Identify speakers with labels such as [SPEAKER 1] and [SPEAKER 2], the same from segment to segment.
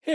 [SPEAKER 1] Hey,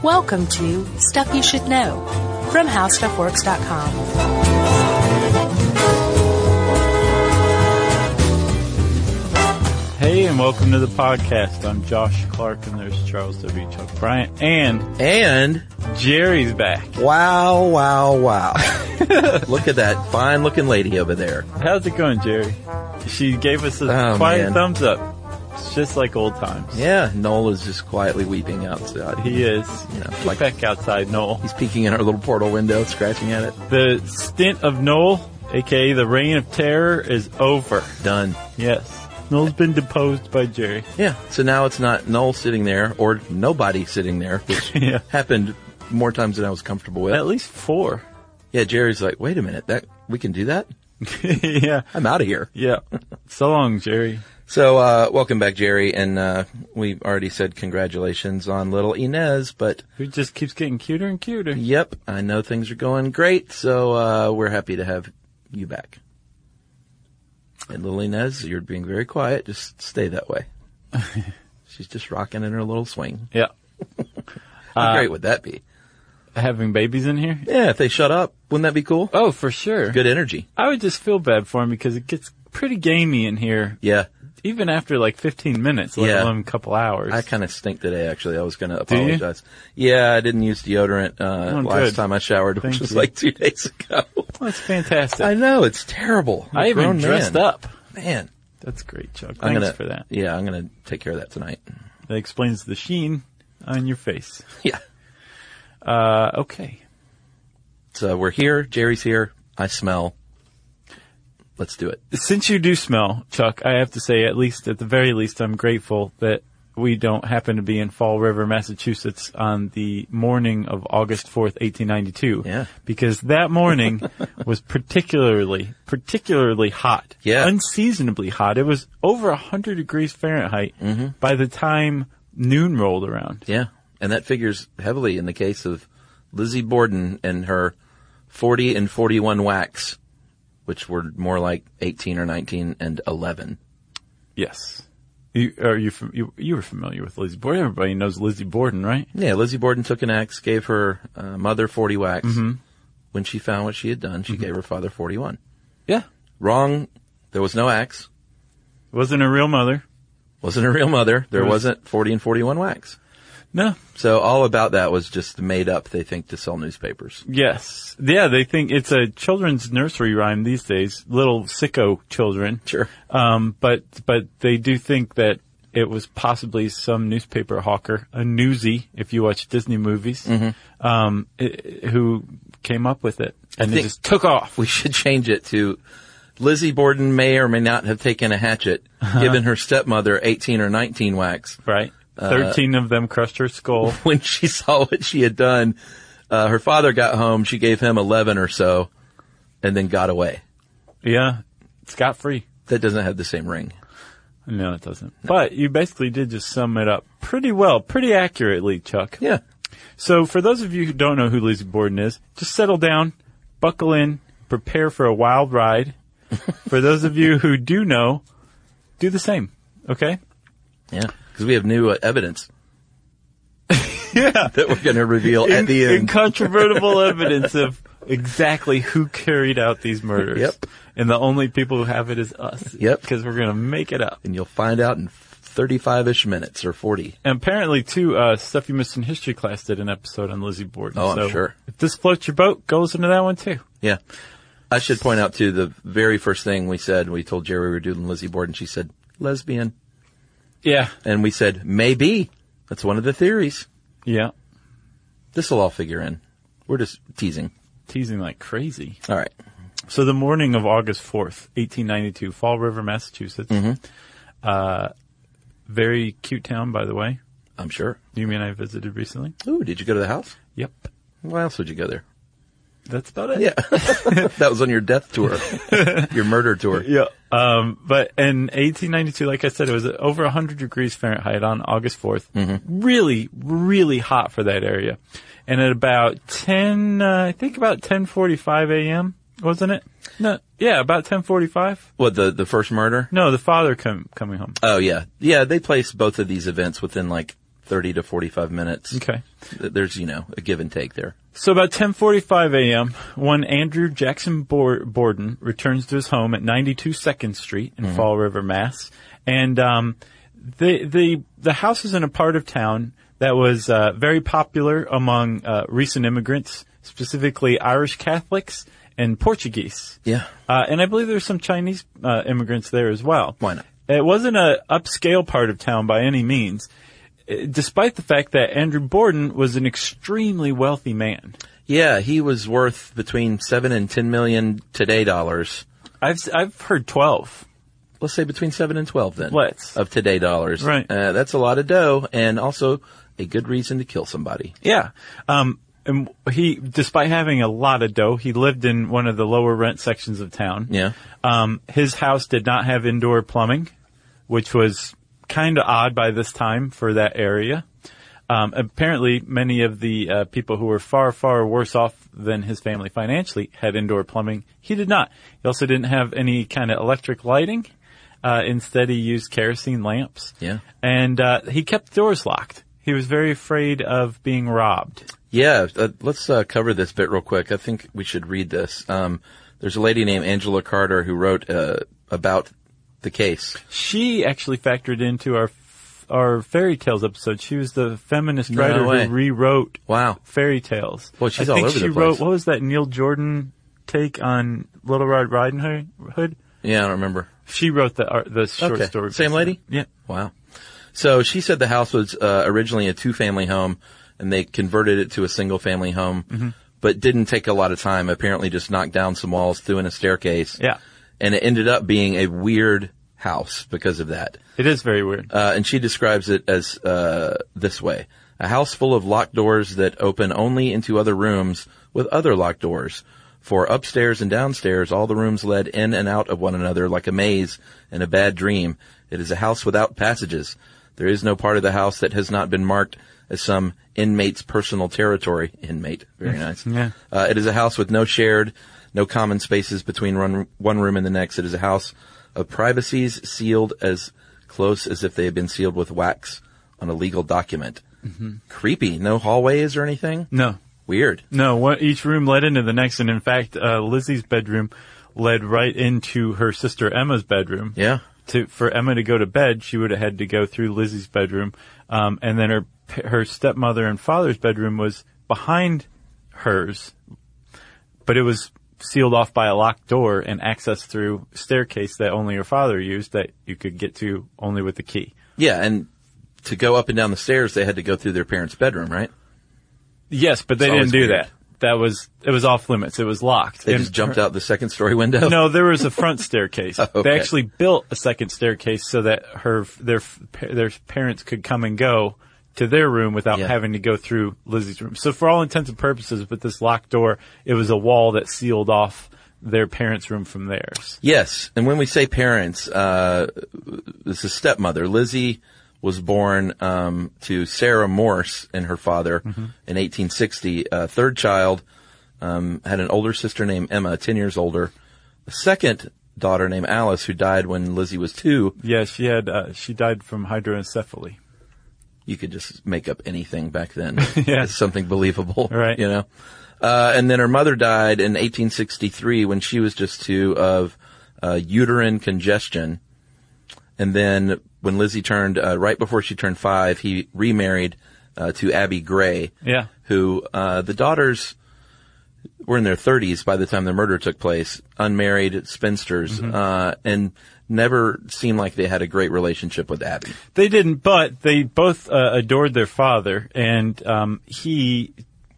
[SPEAKER 2] Welcome to Stuff You Should Know from HowStuffWorks.com.
[SPEAKER 1] Hey, and welcome to the podcast. I'm Josh Clark, and there's Charles W. Chuck Bryant, and
[SPEAKER 3] And
[SPEAKER 1] Jerry's back.
[SPEAKER 3] wow, wow, wow. Look at that fine looking lady over there.
[SPEAKER 1] How's it going, Jerry? She gave us a
[SPEAKER 3] Oh,
[SPEAKER 1] quiet
[SPEAKER 3] man.
[SPEAKER 1] thumbs up. It's just like old times.
[SPEAKER 3] Yeah, Noel is just quietly weeping outside.
[SPEAKER 1] He is.
[SPEAKER 3] Yeah,
[SPEAKER 1] Get
[SPEAKER 3] like-
[SPEAKER 1] back outside, Noel.
[SPEAKER 3] He's peeking in our little portal window, scratching at it.
[SPEAKER 1] The stint of Noel, aka the reign of terror, is over.
[SPEAKER 3] Done.
[SPEAKER 1] Yes. Noel's been deposed by Jerry.
[SPEAKER 3] Yeah, so now it's not Noel sitting there or nobody sitting there, which
[SPEAKER 1] Yeah.
[SPEAKER 3] happened more times than I was comfortable
[SPEAKER 1] At
[SPEAKER 3] with.
[SPEAKER 1] least four.
[SPEAKER 3] Yeah, Jerry's like, wait a minute, that we can do that?
[SPEAKER 1] yeah.
[SPEAKER 3] I'm out of here.
[SPEAKER 1] Yeah. So long, Jerry.
[SPEAKER 3] So, uh, welcome back, Jerry. And, uh, we already said congratulations on little Inez, but
[SPEAKER 1] Who just keeps getting cuter and cuter.
[SPEAKER 3] Yep, I know things are going great, so uh, we're happy to have you back. And Lily Nez, you're being very quiet. Just stay that way. She's just rocking in her little swing.
[SPEAKER 1] Yeah.
[SPEAKER 3] How
[SPEAKER 1] Uh,
[SPEAKER 3] great would that be?
[SPEAKER 1] Having babies in here?
[SPEAKER 3] Yeah, if they shut up, wouldn't that be cool?
[SPEAKER 1] Oh, for sure.
[SPEAKER 3] Good energy.
[SPEAKER 1] I would just feel bad for him because it gets pretty gamey in here,
[SPEAKER 3] Yeah,
[SPEAKER 1] even after like 15 minutes, let
[SPEAKER 3] Yeah.
[SPEAKER 1] alone a couple hours.
[SPEAKER 3] I kind of stink today. Actually, I was going to
[SPEAKER 1] Do you?
[SPEAKER 3] apologize. Yeah, I didn't use deodorant uh,
[SPEAKER 1] Oh,
[SPEAKER 3] last
[SPEAKER 1] good.
[SPEAKER 3] time I showered,
[SPEAKER 1] Thank
[SPEAKER 3] which was
[SPEAKER 1] you.
[SPEAKER 3] like two days ago.
[SPEAKER 1] That's fantastic.
[SPEAKER 3] I know it's terrible. I'm
[SPEAKER 1] I
[SPEAKER 3] a
[SPEAKER 1] even
[SPEAKER 3] grown
[SPEAKER 1] dressed
[SPEAKER 3] man.
[SPEAKER 1] up.
[SPEAKER 3] Man,
[SPEAKER 1] That's great, Chuck. Thanks
[SPEAKER 3] I'm gonna,
[SPEAKER 1] for that.
[SPEAKER 3] Yeah, I'm going to take care of that tonight.
[SPEAKER 1] That explains the sheen on your face.
[SPEAKER 3] Yeah.
[SPEAKER 1] Uh, okay.
[SPEAKER 3] So uh, we're here. Jerry's here. I smell. Let's do it.
[SPEAKER 1] Since you do smell, Chuck, I have to say, at least, at the very least, I'm grateful that we don't happen to be in Fall River, Massachusetts on the morning of August 4th, 1892.
[SPEAKER 3] Yeah.
[SPEAKER 1] Because that morning was particularly, particularly hot.
[SPEAKER 3] Yeah.
[SPEAKER 1] Unseasonably hot. It was over 100 degrees Fahrenheit by the time noon rolled around.
[SPEAKER 3] Yeah. And that figures heavily in the case of Lizzie Borden and her 40 and 41 whacks, which were more like 18 or 19 and 11.
[SPEAKER 1] Yes. You, are you, fam- you, you were familiar with Lizzie Borden. Everybody knows Lizzie Borden, right?
[SPEAKER 3] Yeah. Lizzie Borden took an axe, gave her uh, mother 40 whacks. When she found what she had done, she gave her father 41.
[SPEAKER 1] Yeah.
[SPEAKER 3] Wrong. There was no axe.
[SPEAKER 1] Wasn't a real mother.
[SPEAKER 3] Wasn't a real mother. There
[SPEAKER 1] It was-
[SPEAKER 3] wasn't 40 and 41 whacks.
[SPEAKER 1] No.
[SPEAKER 3] So all about that was just made up, they think, to sell newspapers.
[SPEAKER 1] Yes. Yeah, they think it's a children's nursery rhyme these days. Little sicko children.
[SPEAKER 3] Sure.
[SPEAKER 1] Um, but, but they do think that it was possibly some newspaper hawker, a newsie, if you watch Disney movies, um, i who came up with it. And it
[SPEAKER 3] think-
[SPEAKER 1] just took off.
[SPEAKER 3] we should change it to Lizzie Borden may or may not have taken a hatchet, given her stepmother 18 or 19 whacks.
[SPEAKER 1] Right. 13 of them crushed her skull.
[SPEAKER 3] When she saw what she had done, uh, her father got home. She gave him 11 or so and then got away.
[SPEAKER 1] yeah. Scot free.
[SPEAKER 3] That doesn't have the same ring.
[SPEAKER 1] No, it doesn't. But you basically did just sum it up pretty well, pretty accurately, Chuck.
[SPEAKER 3] Yeah.
[SPEAKER 1] So for those of you who don't know who Lizzie Borden is, just settle down, buckle in, prepare for a wild ride. for those of you who do know, do the same. Okay?
[SPEAKER 3] Yeah. Because we have new uh, evidence. yeah. That we're going to reveal at the end.
[SPEAKER 1] Incontrovertible evidence of exactly who carried out these murders.
[SPEAKER 3] Yep.
[SPEAKER 1] And the only people who have it is us.
[SPEAKER 3] Yep.
[SPEAKER 1] Because we're going to make it up.
[SPEAKER 3] and you'll find out in 35 ish minutes or 40.
[SPEAKER 1] And apparently, too, uh, stuff you missed in history class did an episode on Lizzie Borden.
[SPEAKER 3] Oh, I'm
[SPEAKER 1] so
[SPEAKER 3] sure.
[SPEAKER 1] If this floats your boat, go listen to that one too.
[SPEAKER 3] Yeah. I should point out too, the very first thing we said, we told Jerry we were doing Lizzie Borden, she said, lesbian.
[SPEAKER 1] Yeah,
[SPEAKER 3] And we said, maybe. That's one of the theories.
[SPEAKER 1] yeah.
[SPEAKER 3] This will all figure in. We're just teasing.
[SPEAKER 1] Teasing like crazy.
[SPEAKER 3] All right.
[SPEAKER 1] So the morning of August 4th, 1892, Fall River, Massachusetts. Uh, very cute town, by the way.
[SPEAKER 3] I'm sure.
[SPEAKER 1] You mean I visited recently?
[SPEAKER 3] Ooh, did you go to the house?
[SPEAKER 1] Yep.
[SPEAKER 3] Why else would you go there?
[SPEAKER 1] That's about it.
[SPEAKER 3] Yeah. that was on your death tour, your murder tour.
[SPEAKER 1] Yeah. Um, but in 1892, like I said, it was over 100 degrees Fahrenheit on August 4th. Really, really hot for that area. And at about 10, uh, I think about 10:45 a.m., wasn't it? No, yeah, about 10:45.
[SPEAKER 3] What, the, the first murder?
[SPEAKER 1] No, the father com- coming home.
[SPEAKER 3] Oh, yeah. Yeah, they place both of these events within like 30 to 45 minutes.
[SPEAKER 1] Okay.
[SPEAKER 3] Th- There's, you know, a give and take there.
[SPEAKER 1] So about 10:45 a.m., one Andrew Jackson Bor- Borden returns to his home at 92 Second Street
[SPEAKER 3] Mm-hmm.
[SPEAKER 1] in Fall River, Mass. And um, the the the house is in a part of town that was uh, very popular among uh, recent immigrants, specifically Irish Catholics and Portuguese.
[SPEAKER 3] Yeah.
[SPEAKER 1] Uh, and I believe there's some Chinese uh, immigrants there as well.
[SPEAKER 3] Why not?
[SPEAKER 1] It wasn't a upscale part of town by any means, eh, despite the fact that Andrew Borden was an extremely wealthy man.
[SPEAKER 3] Yeah, he was worth between seven and 10 million today dollars.
[SPEAKER 1] I've s- I've heard twelve.
[SPEAKER 3] Let's say between seven and 12 then.
[SPEAKER 1] Let's.
[SPEAKER 3] Of today dollars.
[SPEAKER 1] Right.
[SPEAKER 3] Uh, that's a lot of dough and also a good reason to kill somebody.
[SPEAKER 1] Yeah. Um. And he, despite having a lot of dough, he lived in one of the lower rent sections of town.
[SPEAKER 3] Yeah.
[SPEAKER 1] Um. His house did not have indoor plumbing, which was kind of odd by this time for that area. Um, apparently, many of the uh, people who were far, far worse off than his family financially had indoor plumbing. He did not. He also didn't have any kind of electric lighting. Uh, instead, he used kerosene lamps.
[SPEAKER 3] Yeah.
[SPEAKER 1] And uh, he kept doors locked. He was very afraid of being robbed.
[SPEAKER 3] Yeah, uh, let's uh, cover this bit real quick. I think we should read this. Um, there's a lady named Angela Carter who wrote uh, about the case.
[SPEAKER 1] She actually factored into our f- our fairy tales episode. She was the feminist
[SPEAKER 3] No
[SPEAKER 1] writer
[SPEAKER 3] way.
[SPEAKER 1] who rewrote
[SPEAKER 3] Wow.
[SPEAKER 1] fairy tales.
[SPEAKER 3] Well, she's
[SPEAKER 1] I
[SPEAKER 3] all
[SPEAKER 1] think
[SPEAKER 3] over
[SPEAKER 1] she
[SPEAKER 3] the
[SPEAKER 1] wrote
[SPEAKER 3] place.
[SPEAKER 1] what was that Neil Jordan take on Little Red Riding Hood- Hood?
[SPEAKER 3] Yeah, I don't remember.
[SPEAKER 1] She wrote the art, the short
[SPEAKER 3] Okay.
[SPEAKER 1] story.
[SPEAKER 3] Same lady?
[SPEAKER 1] Yeah.
[SPEAKER 3] Wow. So she said the house was uh, originally a two-family home, and they converted it to a single-family home, but didn't take a lot of time. Apparently, just knocked down some walls, threw in a staircase.
[SPEAKER 1] Yeah.
[SPEAKER 3] and it ended up being a weird house because of that.
[SPEAKER 1] It is very weird.
[SPEAKER 3] Uh, and she describes it as uh, this way: a house full of locked doors that open only into other rooms with other locked doors. For upstairs and downstairs, all the rooms led in and out of one another like a maze in a bad dream. It is a house without passages. There is no part of the house that has not been marked as some inmate's personal territory. Inmate, very nice.
[SPEAKER 1] Yeah.
[SPEAKER 3] Uh, it is a house with no shared, no common spaces between one, one room and the next. It is a house of privacies sealed as close as if they had been sealed with wax on a legal document. Creepy. No hallways or anything.
[SPEAKER 1] No,
[SPEAKER 3] Weird.
[SPEAKER 1] no. What, each room led into the next, and in fact, uh, Lizzie's bedroom led right into her sister Emma's bedroom.
[SPEAKER 3] Yeah.
[SPEAKER 1] To for Emma to go to bed, she would have had to go through Lizzie's bedroom, um, and then her her stepmother and father's bedroom was behind hers, but it was sealed off by a locked door and accessed through staircase that only her father used that you could get to only with the key.
[SPEAKER 3] Yeah. And to go up and down the stairs, they had to go through their parents' bedroom, right?
[SPEAKER 1] Yes, but they
[SPEAKER 3] It's always
[SPEAKER 1] didn't do
[SPEAKER 3] weird.
[SPEAKER 1] that. That was it was off limits. It was locked.
[SPEAKER 3] They
[SPEAKER 1] And
[SPEAKER 3] just jumped out the second story window.
[SPEAKER 1] No, there was a front staircase.
[SPEAKER 3] okay.
[SPEAKER 1] They actually built a second staircase so that her their their parents could come and go to their room without
[SPEAKER 3] Yeah.
[SPEAKER 1] having to go through Lizzie's room. So for all intents and purposes, with this locked door, it was a wall that sealed off their parents' room from theirs.
[SPEAKER 3] Yes, and when we say parents, uh, this is stepmother. Lizzie was born um, to Sarah Morse and her father in 1860. Uh, third child um, had an older sister named Emma, 10 years older. A second daughter named Alice, who died when Lizzie was two.
[SPEAKER 1] Yeah, she had uh, she died from hydroencephaly.
[SPEAKER 3] You could just make up anything back then.
[SPEAKER 1] Yeah.
[SPEAKER 3] It's something believable,
[SPEAKER 1] Right.
[SPEAKER 3] You know. Uh, and then her mother died in 1863 when she was just two of uh, uterine congestion. And then when Lizzie turned, uh, right before she turned five, he remarried uh, to Abby Gray,
[SPEAKER 1] Yeah.
[SPEAKER 3] who uh, the daughters were in their 30s by the time the murder took place, unmarried spinsters,
[SPEAKER 1] Mm-hmm.
[SPEAKER 3] uh, and never seemed like they had a great relationship with Abby.
[SPEAKER 1] They didn't, but they both uh, adored their father, and um, he,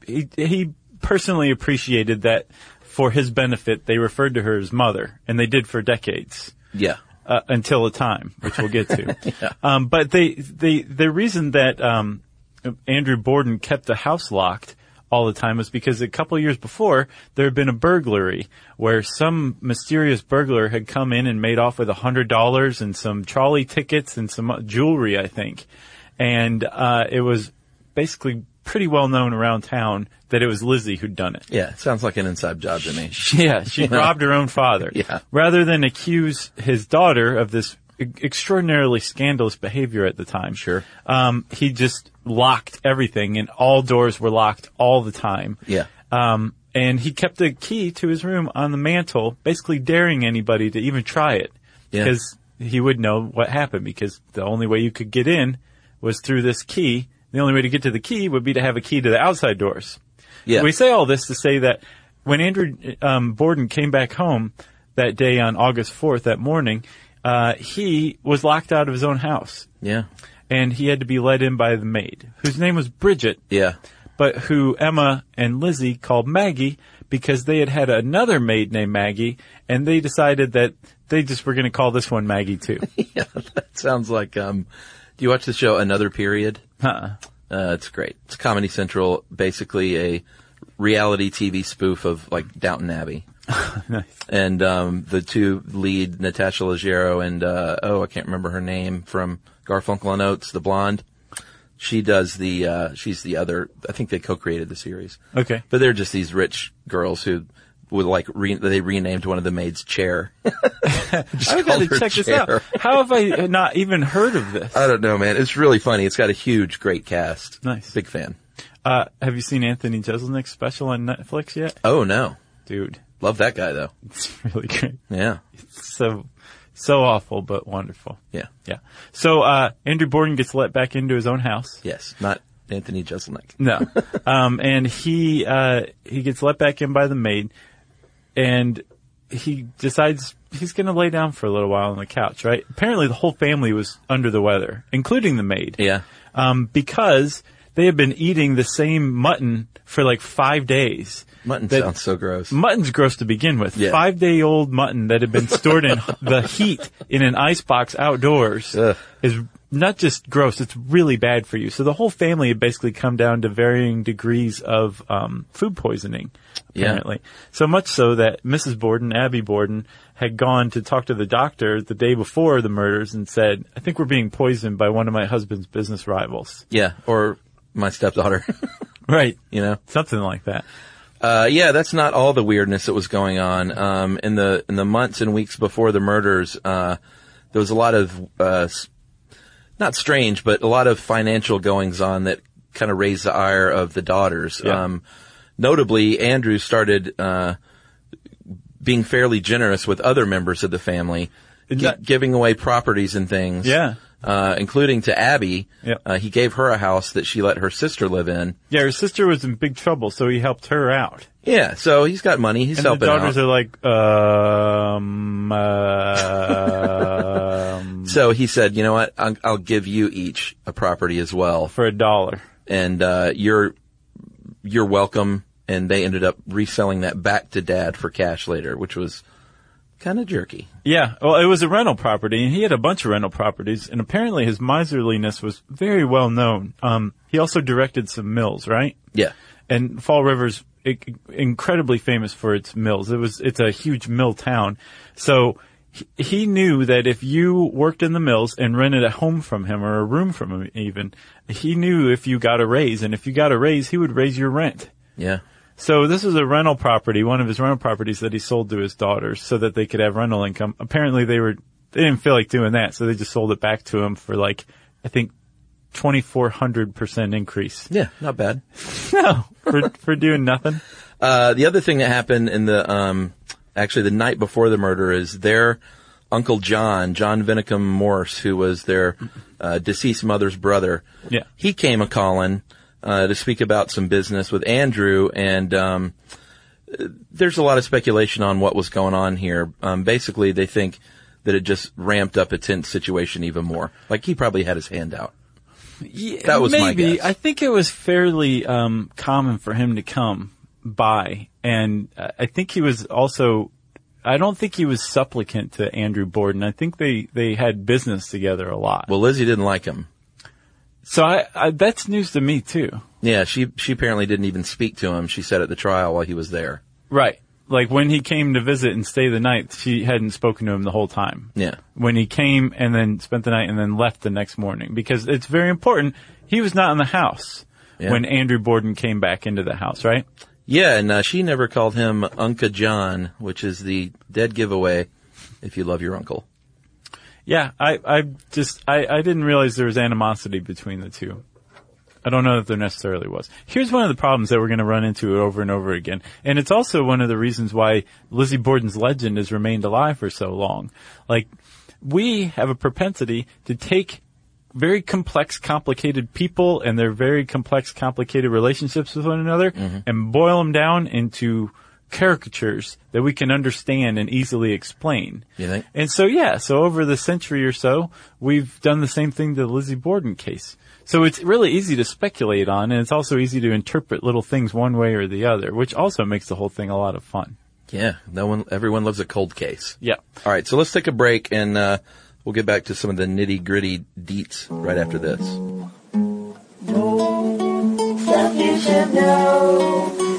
[SPEAKER 1] he he personally appreciated that for his benefit. They referred to her as mother, and they did for decades
[SPEAKER 3] Yeah.
[SPEAKER 1] uh, until a time, which we'll get to. um, but they they the reason that um, Andrew Borden kept the house locked all the time was because a couple years before there had been a burglary where some mysterious burglar had come in and made off with a hundred dollars and some trolley tickets and some uh, jewelry, I think, and uh, it was basically pretty well known around town that it was Lizzie who'd done it.
[SPEAKER 3] Yeah. Sounds like an inside job to me.
[SPEAKER 1] Yeah, she robbed her own father.
[SPEAKER 3] Yeah.
[SPEAKER 1] Rather than accuse his daughter of this e- extraordinarily scandalous behavior at the time.
[SPEAKER 3] Sure.
[SPEAKER 1] Um, he just locked everything and all doors were locked all the time.
[SPEAKER 3] Yeah.
[SPEAKER 1] Um, and he kept the key to his room on the mantle, basically daring anybody to even try it.
[SPEAKER 3] Yeah.
[SPEAKER 1] Because he would know what happened because the only way you could get in was through this key. The only way to get to the key would be to have a key to the outside doors.
[SPEAKER 3] Yeah.
[SPEAKER 1] We say all this to say that when Andrew um, Borden came back home that day on August 4th, that morning, uh, he was locked out of his own house
[SPEAKER 3] yeah.
[SPEAKER 1] and he had to be let in by the maid, whose name was Bridget,
[SPEAKER 3] Yeah.
[SPEAKER 1] but who Emma and Lizzie called Maggie because they had had another maid named Maggie and they decided that they just were going to call this one Maggie too.
[SPEAKER 3] Yeah. That sounds like, um, do you watch the show Another Period?
[SPEAKER 1] uh
[SPEAKER 3] Uh, it's great. It's Comedy Central, basically a reality TV spoof of like Downton Abbey. And um, the two lead Natasha Leggero and uh, oh, I can't remember her name from Garfunkel and Oates, the blonde. She does the. Uh, she's the other. I think they co-created the series.
[SPEAKER 1] Okay.
[SPEAKER 3] But they're just these rich girls who would like re- they renamed one of the maids chair.
[SPEAKER 1] I've got to
[SPEAKER 3] called her
[SPEAKER 1] check this
[SPEAKER 3] Chair.
[SPEAKER 1] out. How have I not even heard of this?
[SPEAKER 3] I don't know, man. It's really funny. It's got a huge, great cast.
[SPEAKER 1] Nice.
[SPEAKER 3] Big fan.
[SPEAKER 1] Uh, have you seen Anthony Jeselnik's special on Netflix yet?
[SPEAKER 3] Oh no,
[SPEAKER 1] Dude,
[SPEAKER 3] love that guy though.
[SPEAKER 1] it's really great.
[SPEAKER 3] Yeah,
[SPEAKER 1] So, so awful, but wonderful.
[SPEAKER 3] yeah.
[SPEAKER 1] Yeah. So, uh, Andrew Borden gets let back into his own house.
[SPEAKER 3] Yes, not Anthony Jeselnik.
[SPEAKER 1] No. um, and he, uh, he gets let back in by the maid and he decides he's going to lay down for a little while on the couch, right? Apparently the whole family was under the weather, including the maid.
[SPEAKER 3] Yeah.
[SPEAKER 1] Um, because they had been eating the same mutton for like five days.
[SPEAKER 3] Mutton
[SPEAKER 1] That-
[SPEAKER 3] sounds so gross.
[SPEAKER 1] Mutton's gross to begin with.
[SPEAKER 3] Yeah.
[SPEAKER 1] Five day old mutton that had been stored in the heat in an icebox outdoors
[SPEAKER 3] Ugh.
[SPEAKER 1] is not just gross, it's really bad for you. So the whole family had basically come down to varying degrees of um, food poisoning,
[SPEAKER 3] Yeah.
[SPEAKER 1] apparently. So much so that Mrs. Borden, Abby Borden, had gone to talk to the doctor the day before the murders and said, I think we're being poisoned by one of my husband's business rivals.
[SPEAKER 3] yeah, or my stepdaughter,
[SPEAKER 1] Right.
[SPEAKER 3] you know.
[SPEAKER 1] Something like that.
[SPEAKER 3] Uh, yeah, that's not all the weirdness that was going on. Um, in the in the months and weeks before the murders, uh, there was a lot of uh, s- not strange, but a lot of financial goings on that kind of raised the ire of the daughters.
[SPEAKER 1] Yeah.
[SPEAKER 3] Um, notably, Andrew started uh, being fairly generous with other members of the family, gi-
[SPEAKER 1] that-
[SPEAKER 3] giving away properties and things.
[SPEAKER 1] Yeah.
[SPEAKER 3] Uh, including to Abby.
[SPEAKER 1] Yep.
[SPEAKER 3] Uh, he gave her a house that she let her sister live in.
[SPEAKER 1] Yeah, her sister was in big trouble, so he helped her out.
[SPEAKER 3] Yeah, so he's got money. He's
[SPEAKER 1] And
[SPEAKER 3] helping
[SPEAKER 1] the daughters
[SPEAKER 3] out.
[SPEAKER 1] are like, um, um,
[SPEAKER 3] So he said, you know what? I'll, I'll give you each a property as well,
[SPEAKER 1] for a dollar.
[SPEAKER 3] and uh, you're you're welcome. And they ended up reselling that back to dad for cash later, which was kind of jerky.
[SPEAKER 1] Yeah, well, it was a rental property, and he had a bunch of rental properties, and apparently his miserliness was very well known. Um, he also directed some mills, right?
[SPEAKER 3] Yeah,
[SPEAKER 1] And Fall River's i- incredibly famous for its mills. It was it's a huge mill town, so he- he knew that if you worked in the mills and rented a home from him or a room from him, even he knew if you got a raise, and if you got a raise, he would raise your rent.
[SPEAKER 3] yeah,
[SPEAKER 1] So this was a rental property, one of his rental properties that he sold to his daughters so that they could have rental income. Apparently they were, they didn't feel like doing that, so they just sold it back to him for like, I think, 2400% increase.
[SPEAKER 3] yeah. Not bad.
[SPEAKER 1] No, for, for doing nothing.
[SPEAKER 3] Uh, the other thing that happened in the um, actually the night before the murder is they're Uncle John, John Vinicum Morse, who was their uh, deceased mother's brother.
[SPEAKER 1] Yeah.
[SPEAKER 3] He came a calling uh, to speak about some business with Andrew, and um, uh, there's a lot of speculation on what was going on here. Um, basically, they think that it just ramped up a tense situation even more. Like he probably had his hand out.
[SPEAKER 1] Yeah,
[SPEAKER 3] That was my
[SPEAKER 1] maybe.
[SPEAKER 3] guess.
[SPEAKER 1] I think it was fairly um, common for him to come by, and uh, I think he was also. I don't think he was supplicant to Andrew Borden. I think they they had business together a lot.
[SPEAKER 3] Well, Lizzie didn't like him.
[SPEAKER 1] so I, I that's news to me too.
[SPEAKER 3] Yeah, she she apparently didn't even speak to him. She said at the trial while he was there.
[SPEAKER 1] Right. Like when he came to visit and stay the night, she hadn't spoken to him the whole time.
[SPEAKER 3] Yeah.
[SPEAKER 1] When he came and then spent the night and then left the next morning because it's very important. He was not in the house
[SPEAKER 3] Yeah.
[SPEAKER 1] when Andrew Borden came back into the house, right?
[SPEAKER 3] Yeah, and uh, she never called him Unca John, which is the dead giveaway if you love your uncle.
[SPEAKER 1] Yeah, I, I just, I, I didn't realize there was animosity between the two. I don't know that there necessarily was. Here's one of the problems that we're going to run into over and over again. And it's also one of the reasons why Lizzie Borden's legend has remained alive for so long. Like, we have a propensity to take very complex, complicated people and their very complex, complicated relationships with one another and boil them down into caricatures that we can understand and easily explain.
[SPEAKER 3] You think?
[SPEAKER 1] And so, yeah, so over the century or so, we've done the same thing to the Lizzie Borden case. So it's really easy to speculate on, and it's also easy to interpret little things one way or the other, which also makes the whole thing a lot of fun.
[SPEAKER 3] Yeah, no one, everyone loves a cold case.
[SPEAKER 1] Yeah.
[SPEAKER 3] All right, so let's take a break and uh, we'll get back to some of the nitty gritty deets right after this.
[SPEAKER 4] Stuff you should know.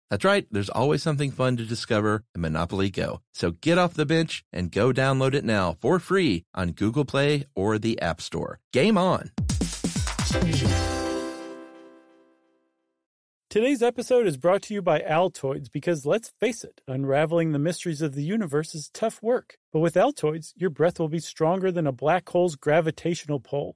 [SPEAKER 3] That's right, there's always something fun to discover in Monopoly Go. So get off the bench and go download it now for free on Google Play or the App Store. Game on.
[SPEAKER 5] Today's episode is brought to you by Altoids because let's face it, unraveling the mysteries of the universe is tough work. But with Altoids, your breath will be stronger than a black hole's gravitational pull,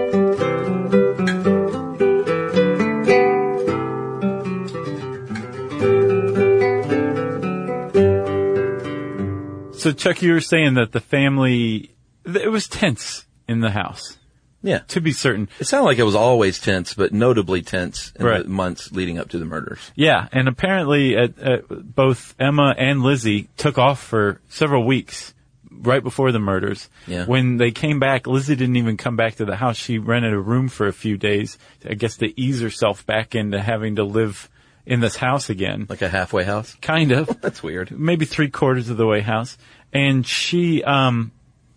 [SPEAKER 1] So Chuck, you were saying that the family, th- it was tense in the house,
[SPEAKER 3] Yeah.
[SPEAKER 1] to be certain.
[SPEAKER 3] It sounded like it was always tense, but notably tense in
[SPEAKER 1] Right.
[SPEAKER 3] the months leading up to the murders.
[SPEAKER 1] Yeah, and apparently uh uh both Emma and Lizzie took off for several weeks right before the murders.
[SPEAKER 3] Yeah.
[SPEAKER 1] When they came back, Lizzie didn't even come back to the house. She rented a room for a few days, I guess to ease herself back into having to live in this house again.
[SPEAKER 3] Like a halfway house.
[SPEAKER 1] Kind of
[SPEAKER 3] That's weird.
[SPEAKER 1] maybe three quarters of the way house, and she, um,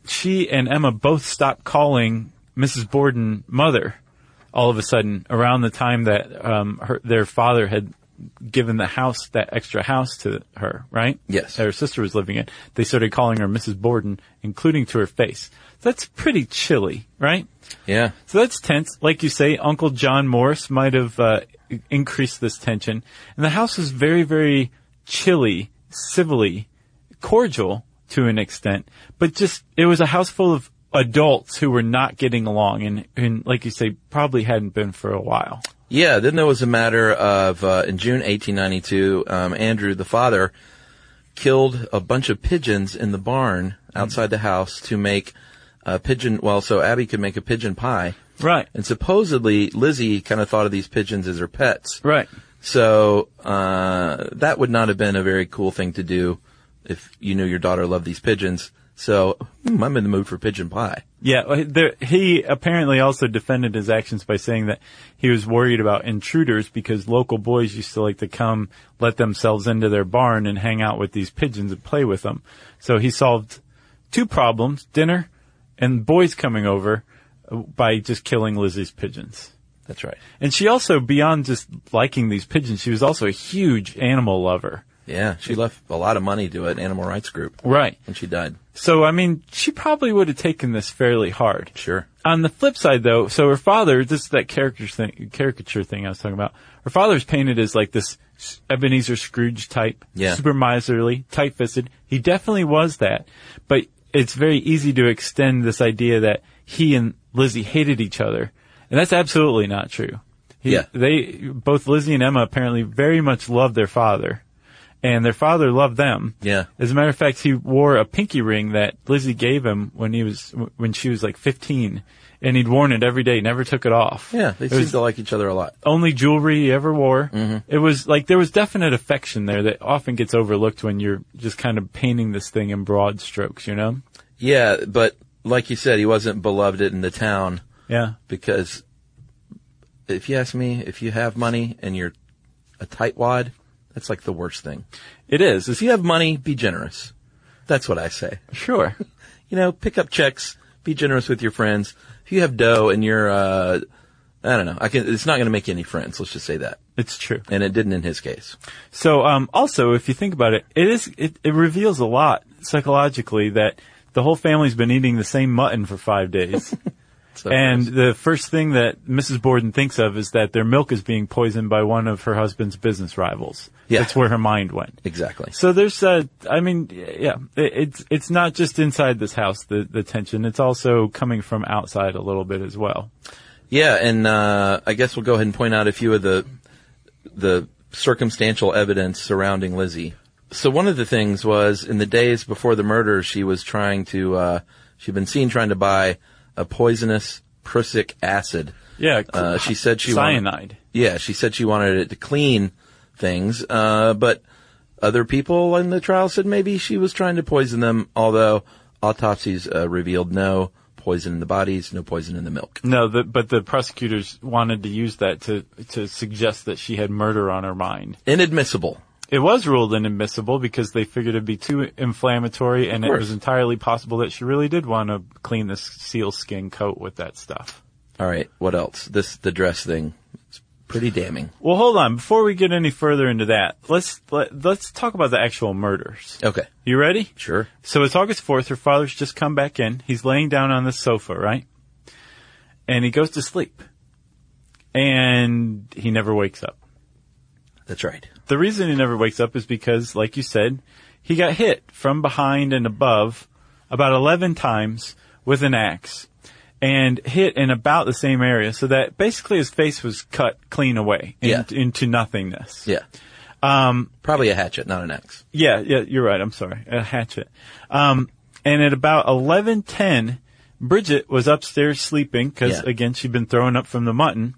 [SPEAKER 1] she and Emma both stopped calling Mrs. Borden mother. All of a sudden, around the time that um, her, their father had given the house that extra house to her, right?
[SPEAKER 3] Yes.
[SPEAKER 1] that her sister was living in. They started calling her Mrs. Borden, including to her face. That's pretty chilly, right?
[SPEAKER 3] Yeah.
[SPEAKER 1] So that's tense. Like you say, Uncle John Morris might have uh, i- increased this tension. And the house was very, very chilly, civilly, cordial to an extent, but just, it was a house full of adults who were not getting along and, and like you say, probably hadn't been for a while.
[SPEAKER 3] Yeah, then there was a matter of, uh, in June 1892, um, Andrew, the father, killed a bunch of pigeons in the barn outside the house to make a pigeon. Well, so Abby could make a pigeon pie,
[SPEAKER 1] Right.
[SPEAKER 3] and supposedly Lizzie kind of thought of these pigeons as her pets.
[SPEAKER 1] Right.
[SPEAKER 3] So uh, that would not have been a very cool thing to do if you knew your daughter loved these pigeons. So hmm, I'm in the mood for pigeon pie.
[SPEAKER 1] Yeah, well, he- there, he apparently also defended his actions by saying that he was worried about intruders because local boys used to like to come let themselves into their barn and hang out with these pigeons and play with them. So he solved two problems, dinner and boys coming over uh, by just killing Lizzie's pigeons.
[SPEAKER 3] That's right.
[SPEAKER 1] And she also, beyond just liking these pigeons, she was also a huge animal lover.
[SPEAKER 3] Yeah, she left a lot of money to an animal rights group
[SPEAKER 1] Right.
[SPEAKER 3] when she died.
[SPEAKER 1] So, I mean, she probably would have taken this fairly hard.
[SPEAKER 3] Sure.
[SPEAKER 1] on the flip side, though, so her father, this is that caricature thing, caricature thing I was talking about. Her father's painted as like this Ebenezer Scrooge type,
[SPEAKER 3] Yeah.
[SPEAKER 1] super miserly, tight fisted. He definitely was that, but it's very easy to extend this idea that he and Lizzie hated each other, and that's absolutely not true. He-
[SPEAKER 3] Yeah.
[SPEAKER 1] they both Lizzie and Emma apparently very much loved their father, and their father loved them.
[SPEAKER 3] Yeah.
[SPEAKER 1] As a matter of fact, he wore a pinky ring that Lizzie gave him when he was when she was like 15, and he'd worn it every day. Never took it off.
[SPEAKER 3] Yeah, they Mm-hmm.
[SPEAKER 1] it
[SPEAKER 3] seem
[SPEAKER 1] was
[SPEAKER 3] to like each other a lot.
[SPEAKER 1] only jewelry he ever wore. It was like there was definite affection there that often gets overlooked when you're just kind of painting this thing in broad strokes. You know?
[SPEAKER 3] Yeah, but like you said, he wasn't beloved in the town
[SPEAKER 1] Yeah.
[SPEAKER 3] because if you ask me, if you have money and you're a tightwad, that's like the worst thing.
[SPEAKER 1] It is. It's,
[SPEAKER 3] If you have money, be generous. That's what I say.
[SPEAKER 1] Sure.
[SPEAKER 3] You know, pick up checks, be generous with your friends. If you have dough and you're, uh, I don't know, I can, it's not going to make you any friends. Let's just say that.
[SPEAKER 1] It's true.
[SPEAKER 3] And it didn't in his case.
[SPEAKER 1] So, um, also, if you think about it, it is it, it reveals a lot psychologically that the whole family's been eating the same mutton for five days,
[SPEAKER 3] So
[SPEAKER 1] and the first thing that Mrs. Borden thinks of is that their milk is being poisoned by one of her husband's business rivals.
[SPEAKER 3] Yeah.
[SPEAKER 1] that's where her mind went.
[SPEAKER 3] exactly.
[SPEAKER 1] So there's, uh, I mean, yeah, it, it's it's not just inside this house the the tension; it's also coming from outside a little bit as well.
[SPEAKER 3] Yeah, and uh, I guess we'll go ahead and point out a few of the the circumstantial evidence surrounding Lizzie. So one of the things was in the days before the murder, she was trying to uh, she'd been seen trying to buy a poisonous prussic acid.
[SPEAKER 1] Yeah,
[SPEAKER 3] Uh, she said she
[SPEAKER 1] cyanide.
[SPEAKER 3] Wanted, yeah, she said she wanted it to clean things, uh, but other people in the trial said maybe she was trying to poison them. Although autopsies uh, revealed no poison in the bodies, no poison in the milk.
[SPEAKER 1] No, the, but the prosecutors wanted to use that to to suggest that she had murder on her mind.
[SPEAKER 3] Inadmissible.
[SPEAKER 1] It was ruled inadmissible because they figured it'd be too inflammatory, and it
[SPEAKER 3] course.
[SPEAKER 1] was entirely possible that she really did want to clean this sealskin coat with that stuff.
[SPEAKER 3] All right, what else? This the dress thing. It's pretty damning.
[SPEAKER 1] Well, hold on. Before we get any further into that, let's let, let's talk about the actual murders.
[SPEAKER 3] Okay,
[SPEAKER 1] You ready?
[SPEAKER 3] sure.
[SPEAKER 1] So it's August 4th. Her father's just come back in. He's laying down on the sofa, right? And he goes to sleep. And he never wakes up.
[SPEAKER 3] That's right.
[SPEAKER 1] the reason he never wakes up is because, like you said, he got hit from behind and above about 11 times with an axe and hit in about the same area so that basically his face was cut clean away in-
[SPEAKER 3] Yeah.
[SPEAKER 1] into nothingness.
[SPEAKER 3] Yeah. Um, probably a hatchet, not an axe.
[SPEAKER 1] Yeah, yeah, you're right. I'm sorry. A hatchet. Um, and at about 11:10, Bridget was upstairs sleeping because
[SPEAKER 3] Yeah.
[SPEAKER 1] again she'd been throwing up from the mutton.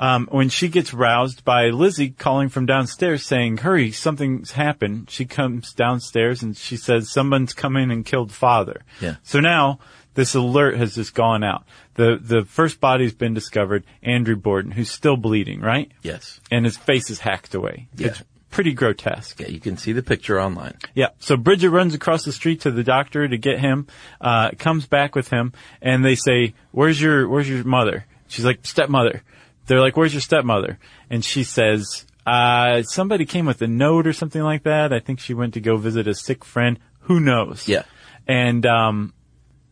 [SPEAKER 1] Um, when she gets roused by Lizzie calling from downstairs saying, "Hurry, something's happened." She comes downstairs and she says, "Someone's come in and killed father."
[SPEAKER 3] Yeah.
[SPEAKER 1] So now this alert has just gone out. The the first body's been discovered, Andrew Borden, who's still bleeding, right?
[SPEAKER 3] Yes.
[SPEAKER 1] And his face is hacked away.
[SPEAKER 3] Yeah.
[SPEAKER 1] It's pretty grotesque.
[SPEAKER 3] Yeah, you can see the picture online.
[SPEAKER 1] Yeah. So Bridget runs across the street to the doctor to get him, uh, comes back with him, and they say, "Where's your Where's your mother?" She's like, "Stepmother." They're like, "Where's your stepmother?" And she says, uh, "Somebody came with a note or something like that. I think she went to go visit a sick friend. Who knows?"
[SPEAKER 3] Yeah.
[SPEAKER 1] And um,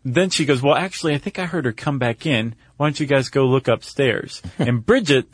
[SPEAKER 1] then she goes, "Well, actually, I think I heard her come back in. Why don't you guys go look upstairs?" and Bridget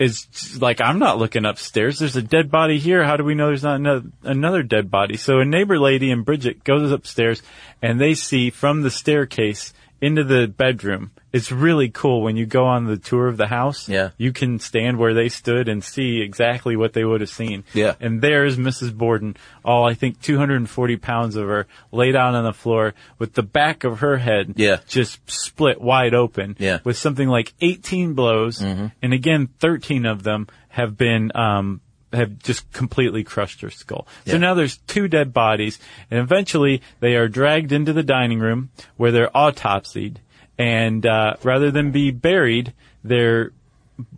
[SPEAKER 1] is just like, "I'm not looking upstairs. There's a dead body here. How do we know there's not another, another dead body?" So a neighbor lady and Bridget goes upstairs, and they see from the staircase into the bedroom. It's really cool when you go on the tour of the house.
[SPEAKER 3] Yeah.
[SPEAKER 1] You can stand where they stood and see exactly what they would have seen.
[SPEAKER 3] Yeah.
[SPEAKER 1] And there's Mrs. Borden, all I think 240 pounds of her laid out on the floor with the back of her head
[SPEAKER 3] Yeah.
[SPEAKER 1] just split wide open
[SPEAKER 3] Yeah. Mm-hmm.
[SPEAKER 1] with something like 18 blows. And again, 13 of them have been, um, have just completely crushed her skull. So
[SPEAKER 3] Yeah.
[SPEAKER 1] now there's two dead bodies and eventually they are dragged into the dining room where they're autopsied. And, uh, rather than be buried, they're,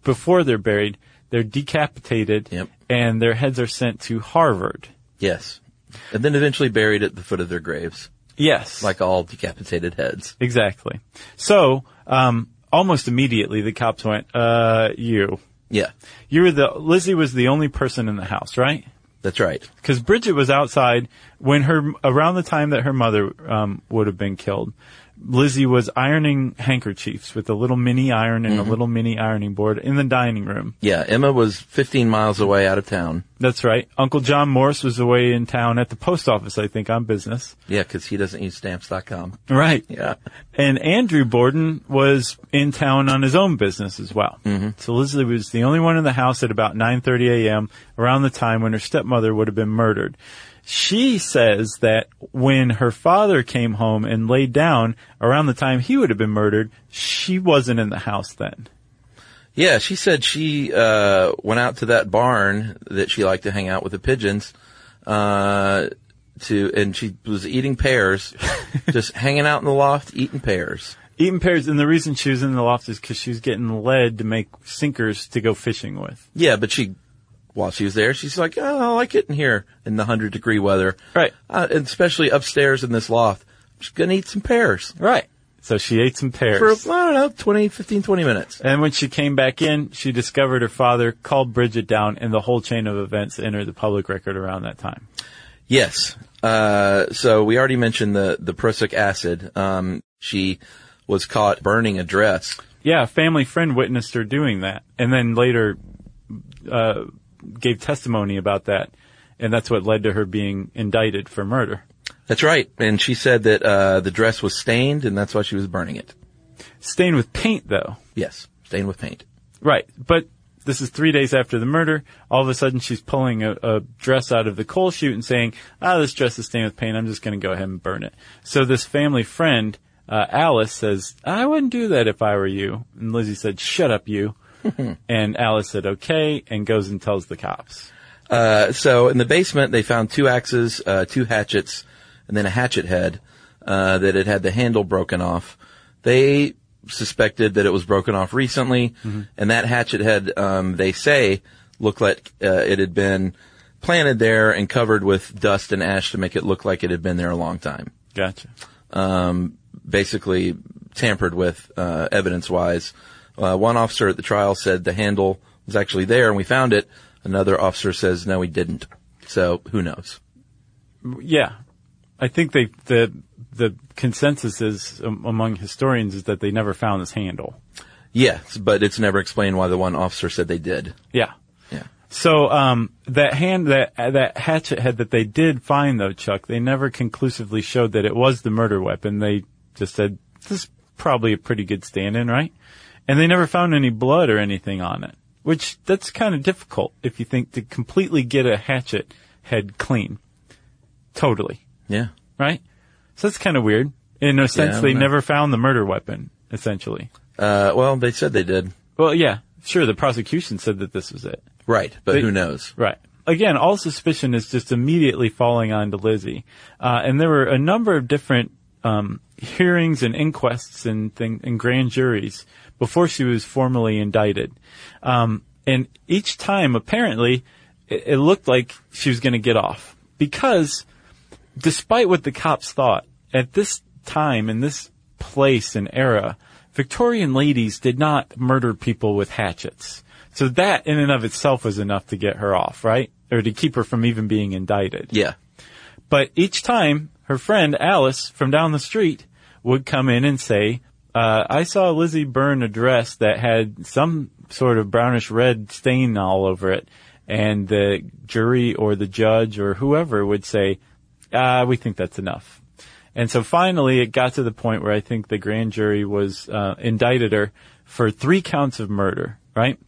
[SPEAKER 1] before they're buried, they're decapitated
[SPEAKER 3] Yep.
[SPEAKER 1] and their heads are sent to Harvard.
[SPEAKER 3] Yes. And then eventually buried at the foot of their graves,
[SPEAKER 1] Yes.
[SPEAKER 3] like all decapitated heads.
[SPEAKER 1] Exactly. So, um, almost immediately the cops went, uh, you.
[SPEAKER 3] Yeah.
[SPEAKER 1] You were the, Lizzie was the only person in the house, right?
[SPEAKER 3] That's right.
[SPEAKER 1] Because Bridget was outside when her, around the time that her mother, um, would have been killed. Lizzie was ironing handkerchiefs with a little mini iron and a little mini ironing board in the dining room.
[SPEAKER 3] Yeah. Emma was 15 miles away out of town.
[SPEAKER 1] That's right. Uncle John Morris was away in town at the post office, I think, on business.
[SPEAKER 3] Yeah, because he doesn't use stamps.com.
[SPEAKER 1] Right.
[SPEAKER 3] Yeah.
[SPEAKER 1] And Andrew Borden was in town on his own business as well. Mm-hmm. So Lizzie was the only one in the house at about 9:30 a.m. around the time when her stepmother would have been murdered. She says that when her father came home and laid down around the time he would have been murdered, she wasn't in the house then.
[SPEAKER 3] Yeah, she said she uh, went out to that barn that she liked to hang out with the pigeons, uh, to and she was eating pears, just hanging out in the loft eating pears.
[SPEAKER 1] Eating pears, and the reason she was in the loft is because she was getting lead to make sinkers to go fishing with.
[SPEAKER 3] Yeah, but she, while she was there, she's like, oh, I like it in here in the hundred degree weather,
[SPEAKER 1] Right.
[SPEAKER 3] Uh, and especially upstairs in this loft. I'm just gonna eat some pears
[SPEAKER 1] Right. So she ate some pears.
[SPEAKER 3] for I don't know 20, 15, 20 minutes.
[SPEAKER 1] And when she came back in, she discovered her father called Bridget down, and the whole chain of events entered the public record around that time.
[SPEAKER 3] Yes. Uh, so we already mentioned the the prussic acid. Um, she was caught burning a dress.
[SPEAKER 1] Yeah, a family friend witnessed her doing that, and then later uh, gave testimony about that, and that's what led to her being indicted for murder.
[SPEAKER 3] That's right. And she said that uh, the dress was stained, and that's why she was burning it.
[SPEAKER 1] Stained with paint, though.
[SPEAKER 3] Yes, stained with paint.
[SPEAKER 1] Right, but this is three days after the murder. All of a sudden, she's pulling a, a dress out of the coal chute and saying, "Ah, this dress is stained with paint. I'm just going to go ahead and burn it." So this family friend, uh, Alice, says, "I wouldn't do that if I were you." And Lizzie said, "Shut up, you." and Alice said, "Okay," and goes and tells the cops.
[SPEAKER 3] Uh, so in the basement, they found two axes, uh, two hatchets, and then a hatchet head uh, that had had the handle broken off. They suspected that it was broken off recently, and that hatchet head, um, they say, looked like uh, it had been planted there and covered with dust and ash to make it look like it had been there a long time.
[SPEAKER 1] Gotcha.
[SPEAKER 3] um, basically tampered with uh, evidence-wise. Uh, one officer at the trial said the handle was actually there and we found it. Another officer says no, we didn't. So who knows?
[SPEAKER 1] Yeah, I think they the the consensus is um, among historians is that they never found this handle.
[SPEAKER 3] Yes, but it's never explained why the one officer said they did.
[SPEAKER 1] Yeah.
[SPEAKER 3] Yeah.
[SPEAKER 1] So um, that hand that that hatchet head that they did find though, Chuck, they never conclusively showed that it was the murder weapon. They just said this is probably a pretty good stand-in, right? And they never found any blood or anything on it, which that's kind of difficult if you think to completely get a hatchet head clean, totally,
[SPEAKER 3] Yeah.
[SPEAKER 1] right? So that's kind of weird. In a sense,
[SPEAKER 3] Yeah, I don't
[SPEAKER 1] they
[SPEAKER 3] know.
[SPEAKER 1] never found the murder weapon, essentially.
[SPEAKER 3] Uh, well, they said they did.
[SPEAKER 1] Well, yeah, sure. The prosecution said that this was it.
[SPEAKER 3] Right, but
[SPEAKER 1] They-
[SPEAKER 3] who knows?
[SPEAKER 1] Right. Again, all suspicion is just immediately falling on to Lizzie. Uh, and there were a number of different um, hearings and inquests and, thing, and grand juries before she was formally indicted. Um, and each time, apparently, it, it looked like she was going to get off because despite what the cops thought, at this time, in this place and era, Victorian ladies did not murder people with hatchets. So that in and of itself was enough to get her off, right? Or to keep her from even being indicted.
[SPEAKER 3] Yeah.
[SPEAKER 1] But each time, her friend Alice from down the street would come in and say, uh, I saw Lizzie burn a dress that had some sort of brownish red stain all over it. And the jury or the judge or whoever would say, uh, we think "Ah, that's enough. And so finally, it got to the point where I think the grand jury was uh, indicted her for three counts of murder. Right?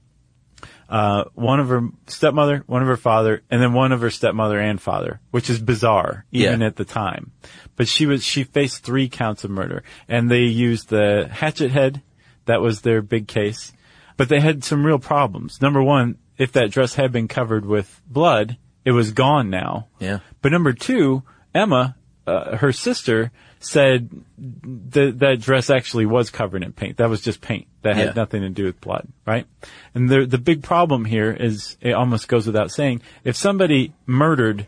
[SPEAKER 1] Uh, one of her stepmother, one of her father, and then one of her stepmother and father, which is bizarre even
[SPEAKER 3] Yeah.
[SPEAKER 1] at the time. But she was she faced three counts of murder, and they used the hatchet head. That was their big case. But they had some real problems. Number one, if that dress had been covered with blood, it was gone now.
[SPEAKER 3] Yeah.
[SPEAKER 1] But number two, Emma, uh, her sister, said that that dress actually was covered in paint. That was just paint. That had
[SPEAKER 3] Yeah.
[SPEAKER 1] nothing to do with blood, right? And the the big problem here is it almost goes without saying. If somebody murdered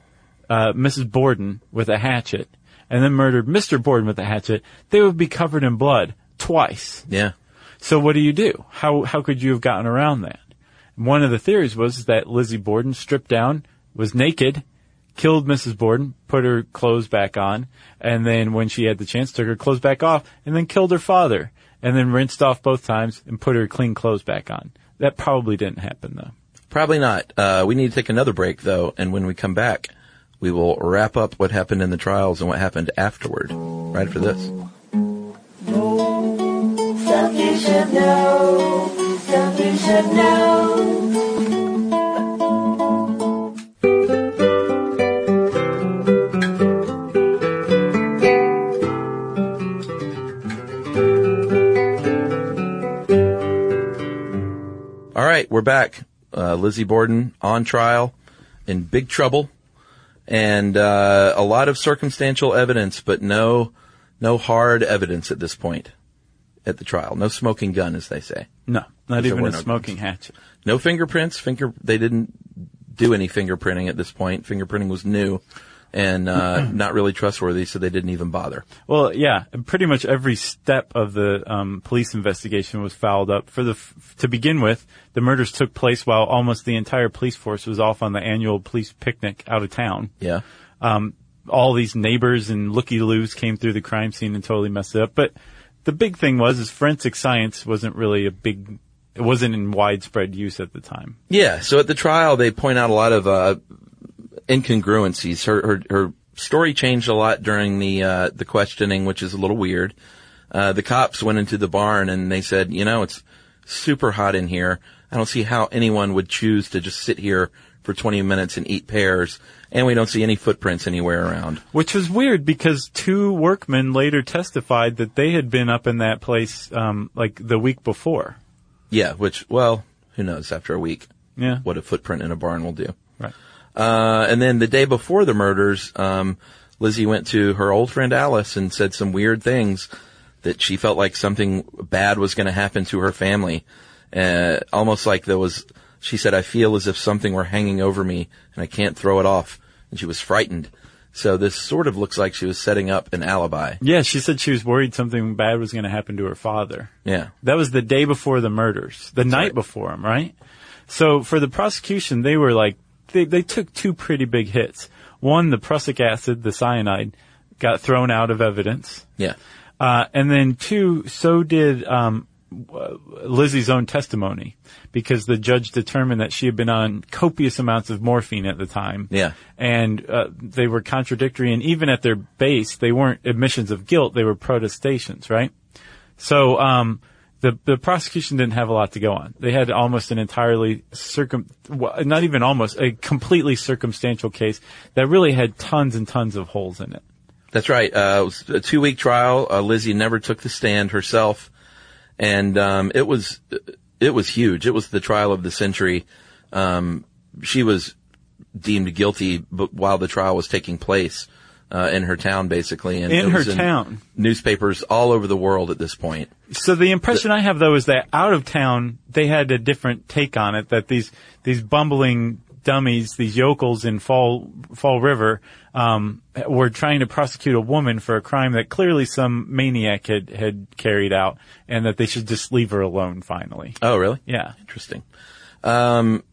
[SPEAKER 1] uh, Mrs. Borden with a hatchet and then murdered Mr. Borden with a hatchet, they would be covered in blood twice.
[SPEAKER 3] Yeah.
[SPEAKER 1] So what do you do? How how could you have gotten around that? One of the theories was that Lizzie Borden stripped down, was naked, killed Mrs. Borden, put her clothes back on, and then when she had the chance, took her clothes back off, and then killed her father, and then rinsed off both times and put her clean clothes back on. That probably didn't happen though.
[SPEAKER 3] Probably not. Uh, we need to take another break though, and when we come back, we will wrap up what happened in the trials and what happened afterward. Right after this.
[SPEAKER 4] Stuff you should know. Stuff you should know.
[SPEAKER 3] All right, we're back. Uh, Lizzie Borden on trial in big trouble, and uh, a lot of circumstantial evidence, but no, no hard evidence at this point at the trial. No smoking gun, as they say.
[SPEAKER 1] No, not
[SPEAKER 3] There
[SPEAKER 1] even
[SPEAKER 3] were
[SPEAKER 1] a
[SPEAKER 3] no
[SPEAKER 1] smoking hatchet.
[SPEAKER 3] No fingerprints. Finger. They didn't do any fingerprinting at this point. Fingerprinting was new and uh, not really trustworthy, so they didn't even bother.
[SPEAKER 1] Well, yeah, pretty much every step of the um, police investigation was fouled up. For the f- to begin with, the murders took place while almost the entire police force was off on the annual police picnic out of town.
[SPEAKER 3] Yeah.
[SPEAKER 1] Um, all these neighbors and looky loos came through the crime scene and totally messed it up. But the big thing was is forensic science wasn't really a big. It wasn't in widespread use at the time.
[SPEAKER 3] Yeah. So at the trial, they point out a lot of uh, incongruencies. Her, her her story changed a lot during the uh, the questioning, which is a little weird. Uh, the cops went into the barn and they said, you know, it's super hot in here. I don't see how anyone would choose to just sit here for 20 minutes and eat pears, and we don't see any footprints anywhere around.
[SPEAKER 1] Which was weird because two workmen later testified that they had been up in that place um, like the week before.
[SPEAKER 3] Yeah, which, well, who knows after a week
[SPEAKER 1] Yeah.
[SPEAKER 3] what a footprint in a barn will do.
[SPEAKER 1] Right.
[SPEAKER 3] Uh, and then the day before the murders, um, Lizzie went to her old friend Alice and said some weird things that she felt like something bad was going to happen to her family. Uh, almost like there was, she said, I feel as if something were hanging over me and I can't throw it off. And she was frightened. So this sort of looks like she was setting up an alibi.
[SPEAKER 1] Yeah, she said she was worried something bad was going to happen to her father.
[SPEAKER 3] Yeah.
[SPEAKER 1] That was the day before the murders, the night
[SPEAKER 3] right.
[SPEAKER 1] before 'em, right? So for the prosecution, they were like, they, they took two pretty big hits. One, the prussic acid, the cyanide, got thrown out of evidence.
[SPEAKER 3] Yeah.
[SPEAKER 1] Uh, and then two, so did um, w- Lizzie's own testimony because the judge determined that she had been on copious amounts of morphine at the time.
[SPEAKER 3] Yeah.
[SPEAKER 1] And uh, they were contradictory. And even at their base, they weren't admissions of guilt. They were protestations, right? So um, the, the prosecution didn't have a lot to go on. They had almost an entirely circum, well, not even almost, a completely circumstantial case that really had tons and tons of holes in it.
[SPEAKER 3] That's right. Uh, it was a two week trial. Uh, Lizzie never took the stand herself. And, um, it was, it was huge. It was the trial of the century. Um, she was deemed guilty but while the trial was taking place, uh, in her town basically. And
[SPEAKER 1] In
[SPEAKER 3] it was
[SPEAKER 1] her town.
[SPEAKER 3] Newspapers all over the world at this point.
[SPEAKER 1] So the impression I have though is that out of town they had a different take on it. That these these bumbling dummies, these yokels in Fall Fall River, um, were trying to prosecute a woman for a crime that clearly some maniac had had carried out, and that they should just leave her alone. Finally,
[SPEAKER 3] Oh, really?
[SPEAKER 1] yeah,
[SPEAKER 3] Interesting. Um,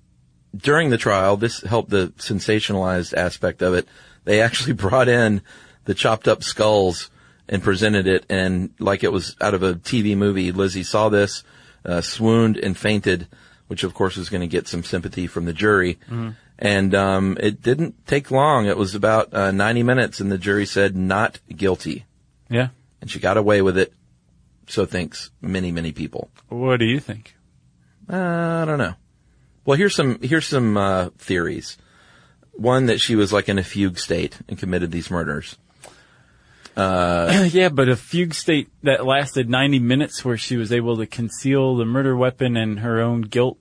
[SPEAKER 3] during the trial, this helped the sensationalized aspect of it. They actually brought in the chopped up skulls and presented it, and like it was out of a TV movie, Lizzie saw this, uh, swooned and fainted, which of course was going to get some sympathy from the jury. And um, it didn't take long. It was about uh, 90 minutes, and the jury said not guilty.
[SPEAKER 1] Yeah.
[SPEAKER 3] and she got away with it. So thinks many, many people.
[SPEAKER 1] What do you think?
[SPEAKER 3] Uh, I don't know. Well, here's some here's some uh, theories. One that she was like in a fugue state and committed these murders.
[SPEAKER 1] yeah, but a fugue state that lasted 90 minutes where she was able to conceal the murder weapon and her own guilt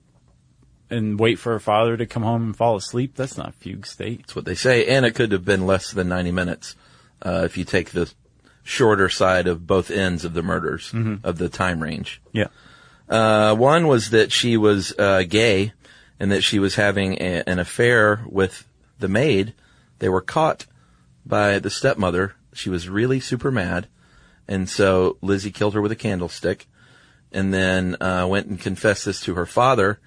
[SPEAKER 1] and wait for her father to come home and fall asleep. That's not fugue state.
[SPEAKER 3] That's what they say, and it could have been less than 90 minutes uh, if you take the shorter side of both ends of the murders of the time range.
[SPEAKER 1] Yeah.
[SPEAKER 3] Uh, one was that she was uh, gay and that she was having a, an affair with the maid. They were caught by the stepmother. She was really super mad. And so Lizzie killed her with a candlestick and then uh, went and confessed this to her father,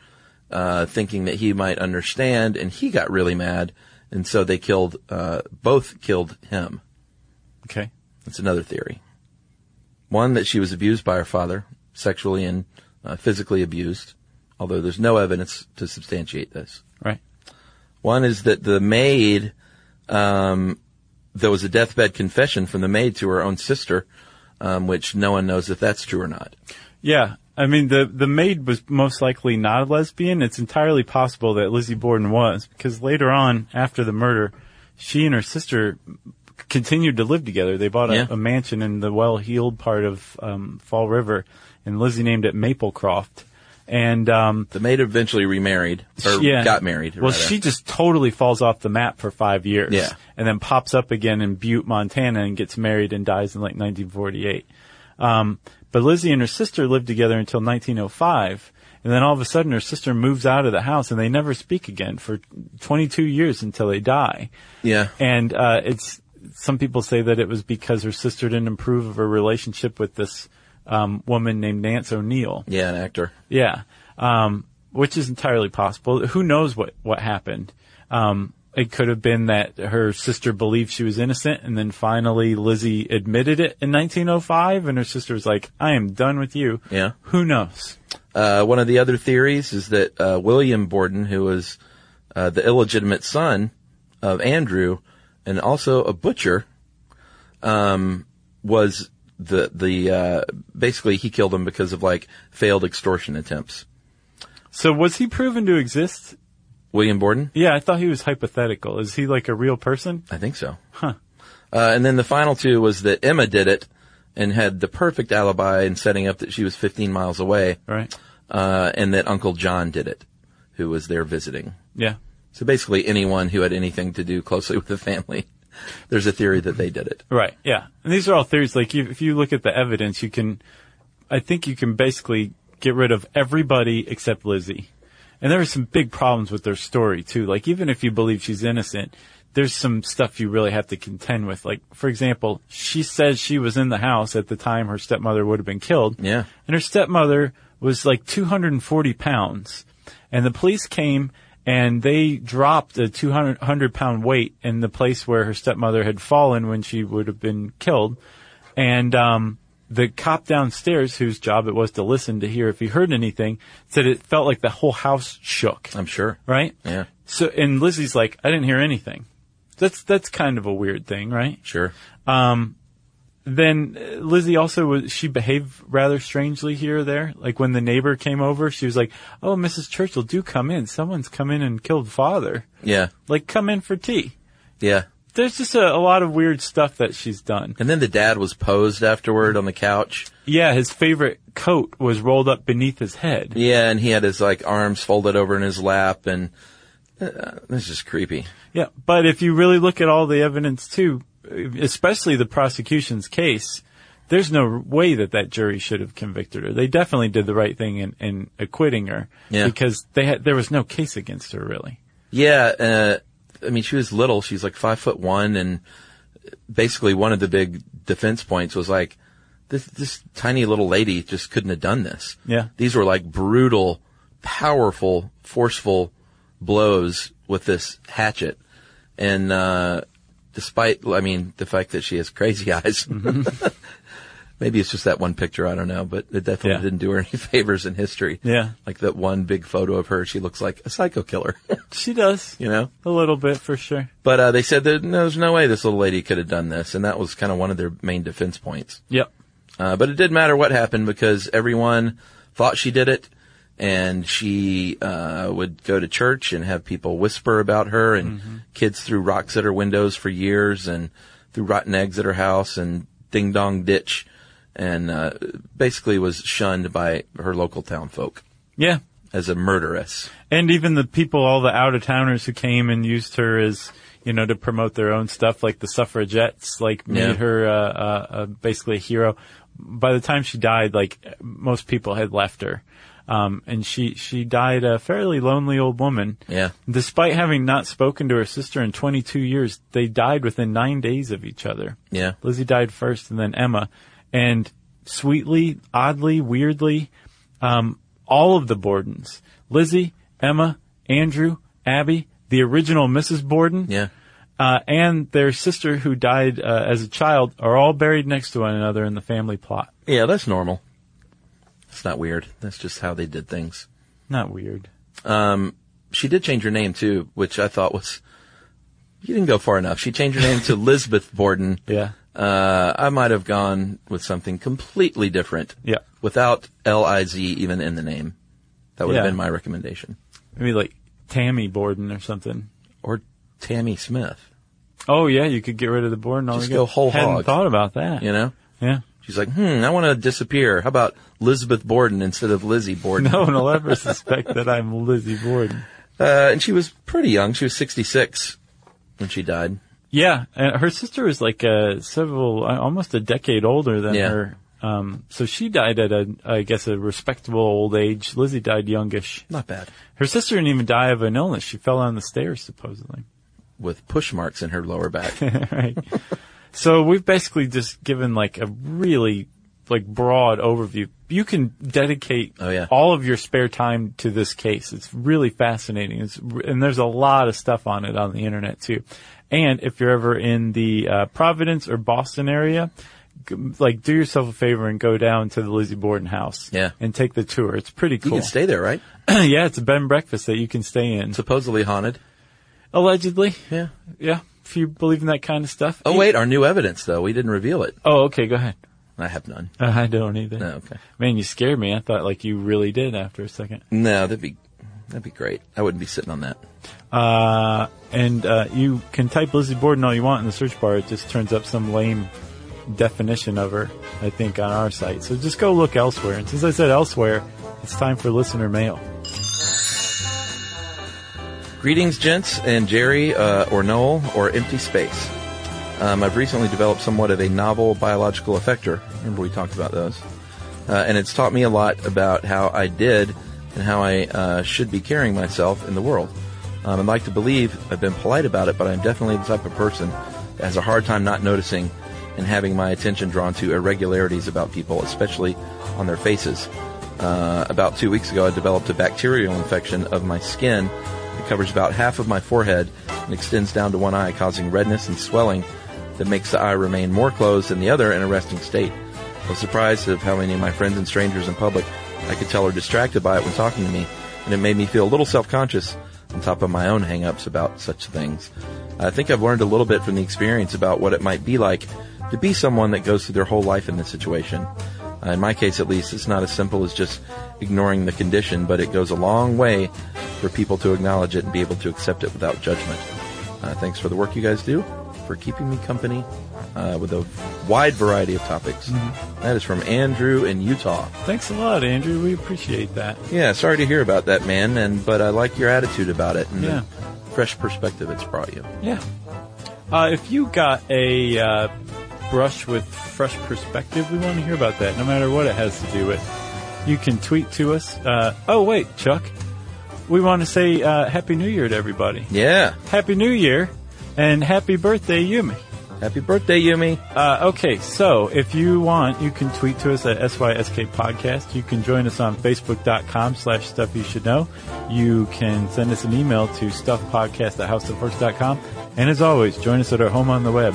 [SPEAKER 3] uh, thinking that he might understand. And he got really mad. And so they killed, uh, both killed him.
[SPEAKER 1] Okay.
[SPEAKER 3] That's another theory. One, that she was abused by her father, sexually and uh, physically abused, although there's no evidence to substantiate this.
[SPEAKER 1] Right.
[SPEAKER 3] One is that the maid, um, there was a deathbed confession from the maid to her own sister, um, which no one knows if that's true or not.
[SPEAKER 1] Yeah. I mean, the, the maid was most likely not a lesbian. It's entirely possible that Lizzie Borden was because later on, after the murder, she and her sister continued to live together. They bought a,
[SPEAKER 3] Yeah.
[SPEAKER 1] a mansion in the well-heeled part of um, Fall River, and Lizzie named it Maplecroft. And um,
[SPEAKER 3] The maid eventually remarried, or
[SPEAKER 1] yeah.
[SPEAKER 3] got married.
[SPEAKER 1] Well,
[SPEAKER 3] rather.
[SPEAKER 1] she just totally falls off the map for five years.
[SPEAKER 3] Yeah.
[SPEAKER 1] And then pops up again in Butte, Montana and gets married and dies in like 1948. Um, but Lizzie and her sister lived together until 1905. And then all of a sudden her sister moves out of the house and they never speak again for 22 years until they die.
[SPEAKER 3] Yeah.
[SPEAKER 1] And, uh, it's, some people say that it was because her sister didn't approve of her relationship with this, um, woman named Nance O'Neill.
[SPEAKER 3] yeah, an actor.
[SPEAKER 1] Yeah. Um, which is entirely possible. Who knows what, what happened? Um, it could have been that her sister believed she was innocent and then finally Lizzie admitted it in 1905 and her sister was like, I am done with you.
[SPEAKER 3] Yeah.
[SPEAKER 1] Who knows?
[SPEAKER 3] Uh, one of the other theories is that uh, William Borden, who was uh, the illegitimate son of Andrew and also a butcher, um, was the the uh, basically he killed him because of like failed extortion attempts.
[SPEAKER 1] So was he proven to exist?
[SPEAKER 3] William Borden,
[SPEAKER 1] Yeah, I thought he was hypothetical. Is he like a real person?
[SPEAKER 3] I think so.
[SPEAKER 1] Huh.
[SPEAKER 3] Uh, and then the final two was that Emma did it and had the perfect alibi in setting up that she was 15 miles away,
[SPEAKER 1] Right.
[SPEAKER 3] uh, and that Uncle John did it, who was there visiting.
[SPEAKER 1] Yeah.
[SPEAKER 3] So basically, anyone who had anything to do closely with the family, there's a theory that they did it.
[SPEAKER 1] Right. Yeah. And these are all theories. Like you, if you look at the evidence, you can, I think you can basically get rid of everybody except Lizzie. And there are some big problems with their story too. Like even if you believe she's innocent, there's some stuff you really have to contend with. Like for example, she says she was in the house at the time her stepmother would have been killed.
[SPEAKER 3] Yeah.
[SPEAKER 1] And her stepmother was like 240 pounds. And the police came and they dropped a 200 100 pound weight in the place where her stepmother had fallen when she would have been killed. And, um, the cop downstairs, whose job it was to listen to hear if he heard anything, said it felt like the whole house shook.
[SPEAKER 3] I'm sure.
[SPEAKER 1] Right?
[SPEAKER 3] Yeah.
[SPEAKER 1] So, and Lizzie's like, I didn't hear anything. That's, that's kind of a weird thing, right?
[SPEAKER 3] Sure.
[SPEAKER 1] then uh, Lizzie also was, she behaved rather strangely here or there. Like when the neighbor came over, she was like, "Oh, Mrs. Churchill, do come in. Someone's come in and killed father.
[SPEAKER 3] Yeah.
[SPEAKER 1] Like, come in for tea."
[SPEAKER 3] Yeah.
[SPEAKER 1] There's just a, a lot of weird stuff that she's done.
[SPEAKER 3] And then the dad was posed afterward on the couch.
[SPEAKER 1] Yeah, his favorite coat was rolled up beneath his head.
[SPEAKER 3] Yeah, and he had his like arms folded over in his lap, and uh, this is creepy.
[SPEAKER 1] Yeah, but if you really look at all the evidence too, especially the prosecution's case, there's no way that that jury should have convicted her. They definitely did the right thing in, in acquitting her
[SPEAKER 3] Yeah.
[SPEAKER 1] because they had, there was no case against her really.
[SPEAKER 3] Yeah. Uh, I mean, she was little. She's like five foot one, and basically one of the big defense points was like, this this tiny little lady just couldn't have done this.
[SPEAKER 1] Yeah.
[SPEAKER 3] These were like brutal, powerful, forceful blows with this hatchet.
[SPEAKER 1] Mm-hmm.
[SPEAKER 3] And, uh, despite, I mean, the fact that she has crazy eyes, Maybe it's just that one picture. I don't know, but it definitely
[SPEAKER 1] Yeah.
[SPEAKER 3] didn't do her any favors in history.
[SPEAKER 1] Yeah.
[SPEAKER 3] Like that one big photo of her. She looks like a psycho killer,
[SPEAKER 1] She does.
[SPEAKER 3] you know?
[SPEAKER 1] A little bit for sure.
[SPEAKER 3] But, uh, they said that no, there's no way this little lady could have done this. And that was kind of one of their main defense points.
[SPEAKER 1] Yep.
[SPEAKER 3] Uh, but it did matter what happened because everyone thought she did it, and she uh, would go to church and have people whisper about her, and kids threw rocks at her windows for years, and threw rotten eggs at her house, and ding dong ditch, and uh, basically was shunned by her local town folk
[SPEAKER 1] Yeah.
[SPEAKER 3] as a murderess.
[SPEAKER 1] And even the people, all the out of towners who came and used her as, you know, to promote their own stuff, like the suffragettes, like made
[SPEAKER 3] Yeah.
[SPEAKER 1] her uh, uh, uh, basically a hero. By the time she died, like most people had left her, um, and she she died a fairly lonely old woman.
[SPEAKER 3] Yeah.
[SPEAKER 1] Despite having not spoken to her sister in 22 years, they died within nine days of each other.
[SPEAKER 3] Yeah.
[SPEAKER 1] Lizzie died first and then Emma. And sweetly, oddly, weirdly, um, all of the Bordens, Lizzie, Emma, Andrew, Abby, the original Mrs. Borden,
[SPEAKER 3] Yeah.
[SPEAKER 1] uh, and their sister who died uh, as a child are all buried next to one another in the family plot.
[SPEAKER 3] Yeah, that's normal. It's not weird. That's just how they did things.
[SPEAKER 1] Not weird.
[SPEAKER 3] she did change her name too, which I thought was you didn't go far enough. She changed her name to Lisbeth Borden.
[SPEAKER 1] Yeah.
[SPEAKER 3] Uh, I might have gone with something completely different.
[SPEAKER 1] Yeah.
[SPEAKER 3] Without L I Z even in the name. That would have
[SPEAKER 1] Yeah.
[SPEAKER 3] been my recommendation.
[SPEAKER 1] Maybe like Tammy Borden or something.
[SPEAKER 3] Or Tammy Smith.
[SPEAKER 1] Oh yeah, you could get rid of the Borden.
[SPEAKER 3] Just
[SPEAKER 1] altogether.
[SPEAKER 3] go whole
[SPEAKER 1] Hadn't
[SPEAKER 3] hog.
[SPEAKER 1] thought about that.
[SPEAKER 3] You know?
[SPEAKER 1] Yeah.
[SPEAKER 3] She's like, hmm, I want to disappear. How about Lisbeth Borden instead of Lizzie Borden?
[SPEAKER 1] No one will ever suspect that I'm Lizzie Borden.
[SPEAKER 3] Uh, and she was pretty young. She was 66 when she died.
[SPEAKER 1] Yeah, and her sister was like uh, several, uh, almost a decade older than
[SPEAKER 3] Yeah.
[SPEAKER 1] her. Um, so she died at a, I guess, a respectable old age. Lizzie died youngish.
[SPEAKER 3] Not bad.
[SPEAKER 1] Her sister didn't even die of an illness. She fell down the stairs, supposedly.
[SPEAKER 3] With push marks in her lower back.
[SPEAKER 1] right. so we've basically just given like a really like broad overview. You can dedicate
[SPEAKER 3] Oh, yeah.
[SPEAKER 1] all of your spare time to this case. It's really fascinating. It's, r- and there's a lot of stuff on it on the internet too. And if you're ever in the uh, Providence or Boston area, g- like do yourself a favor and go down to the Lizzie Borden house
[SPEAKER 3] Yeah.
[SPEAKER 1] and take the tour. It's pretty
[SPEAKER 3] You
[SPEAKER 1] cool.
[SPEAKER 3] can stay there, right?
[SPEAKER 1] yeah, it's a bed and breakfast that you can stay in.
[SPEAKER 3] Supposedly haunted.
[SPEAKER 1] Allegedly.
[SPEAKER 3] Yeah.
[SPEAKER 1] Yeah. If you believe in that kind of stuff.
[SPEAKER 3] Oh wait, our new evidence though. We didn't reveal it.
[SPEAKER 1] Oh, okay. Go ahead.
[SPEAKER 3] I have none.
[SPEAKER 1] Uh, I don't either.
[SPEAKER 3] No, okay.
[SPEAKER 1] Man, you scared me. I thought like you really did after a second.
[SPEAKER 3] No, that'd be that'd be great. I wouldn't be sitting on that.
[SPEAKER 1] Uh, and uh, you can type Lizzie Borden all you want in the search bar. It just turns up some lame definition of her, I think, on our site. So just go look elsewhere. And since I said elsewhere, it's time for listener mail.
[SPEAKER 3] Greetings, gents, and Jerry, uh, or Noel, or Empty Space. Um, I've recently developed somewhat of a novel biological effector. Remember we talked about those, uh, and it's taught me a lot about how I did and how I uh, should be carrying myself in the world. Um, I'd like to believe I've been polite about it, but I'm definitely the type of person that has a hard time not noticing and having my attention drawn to irregularities about people, especially on their faces. Uh, about two weeks ago, I developed a bacterial infection of my skin. It covers about half of my forehead and extends down to one eye, causing redness and swelling that makes the eye remain more closed than the other in a resting state. I was surprised of how many of my friends and strangers in public I could tell are distracted by it when talking to me, and it made me feel a little self-conscious on top of my own hang-ups about such things. I think I've learned a little bit from the experience about what it might be like to be someone that goes through their whole life in this situation. Uh, in my case, at least, it's not as simple as just ignoring the condition, but it goes a long way for people to acknowledge it and be able to accept it without judgment. Uh, thanks for the work you guys do, for keeping me company uh, with a wide variety of topics. That is from Andrew in Utah.
[SPEAKER 1] Thanks a lot, Andrew. We appreciate that.
[SPEAKER 3] Yeah, sorry to hear about that, man. And but I like your attitude about it and
[SPEAKER 1] Yeah.
[SPEAKER 3] the fresh perspective it's brought you.
[SPEAKER 1] Yeah. Uh, if you got a uh, brush with fresh perspective, we want to hear about that, no matter what it has to do with. You can tweet to us. Uh, oh, wait, Chuck. We want to say uh, Happy New Year to everybody.
[SPEAKER 3] Yeah,
[SPEAKER 1] Happy New Year and happy birthday, Yumi.
[SPEAKER 3] happy birthday, Yumi.
[SPEAKER 1] Uh, okay, so if you want, you can tweet to us at SYSK Podcast. You can join us on Facebook.com slash Stuff You Should Know. You can send us an email to StuffPodcast at HowStuffWorks.com. And as always, join us at our home on the web,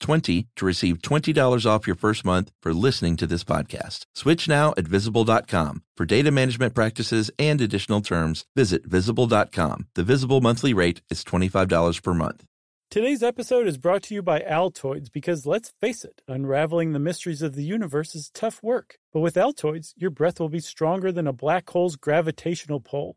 [SPEAKER 3] 20 to receive $20 off your first month for listening to this podcast. Switch now at visible.com. For data management practices and additional terms, visit visible.com. The visible monthly rate is $25 per month.
[SPEAKER 5] Today's episode is brought to you by Altoids because let's face it, unraveling the mysteries of the universe is tough work. But with Altoids, your breath will be stronger than a black hole's gravitational pull,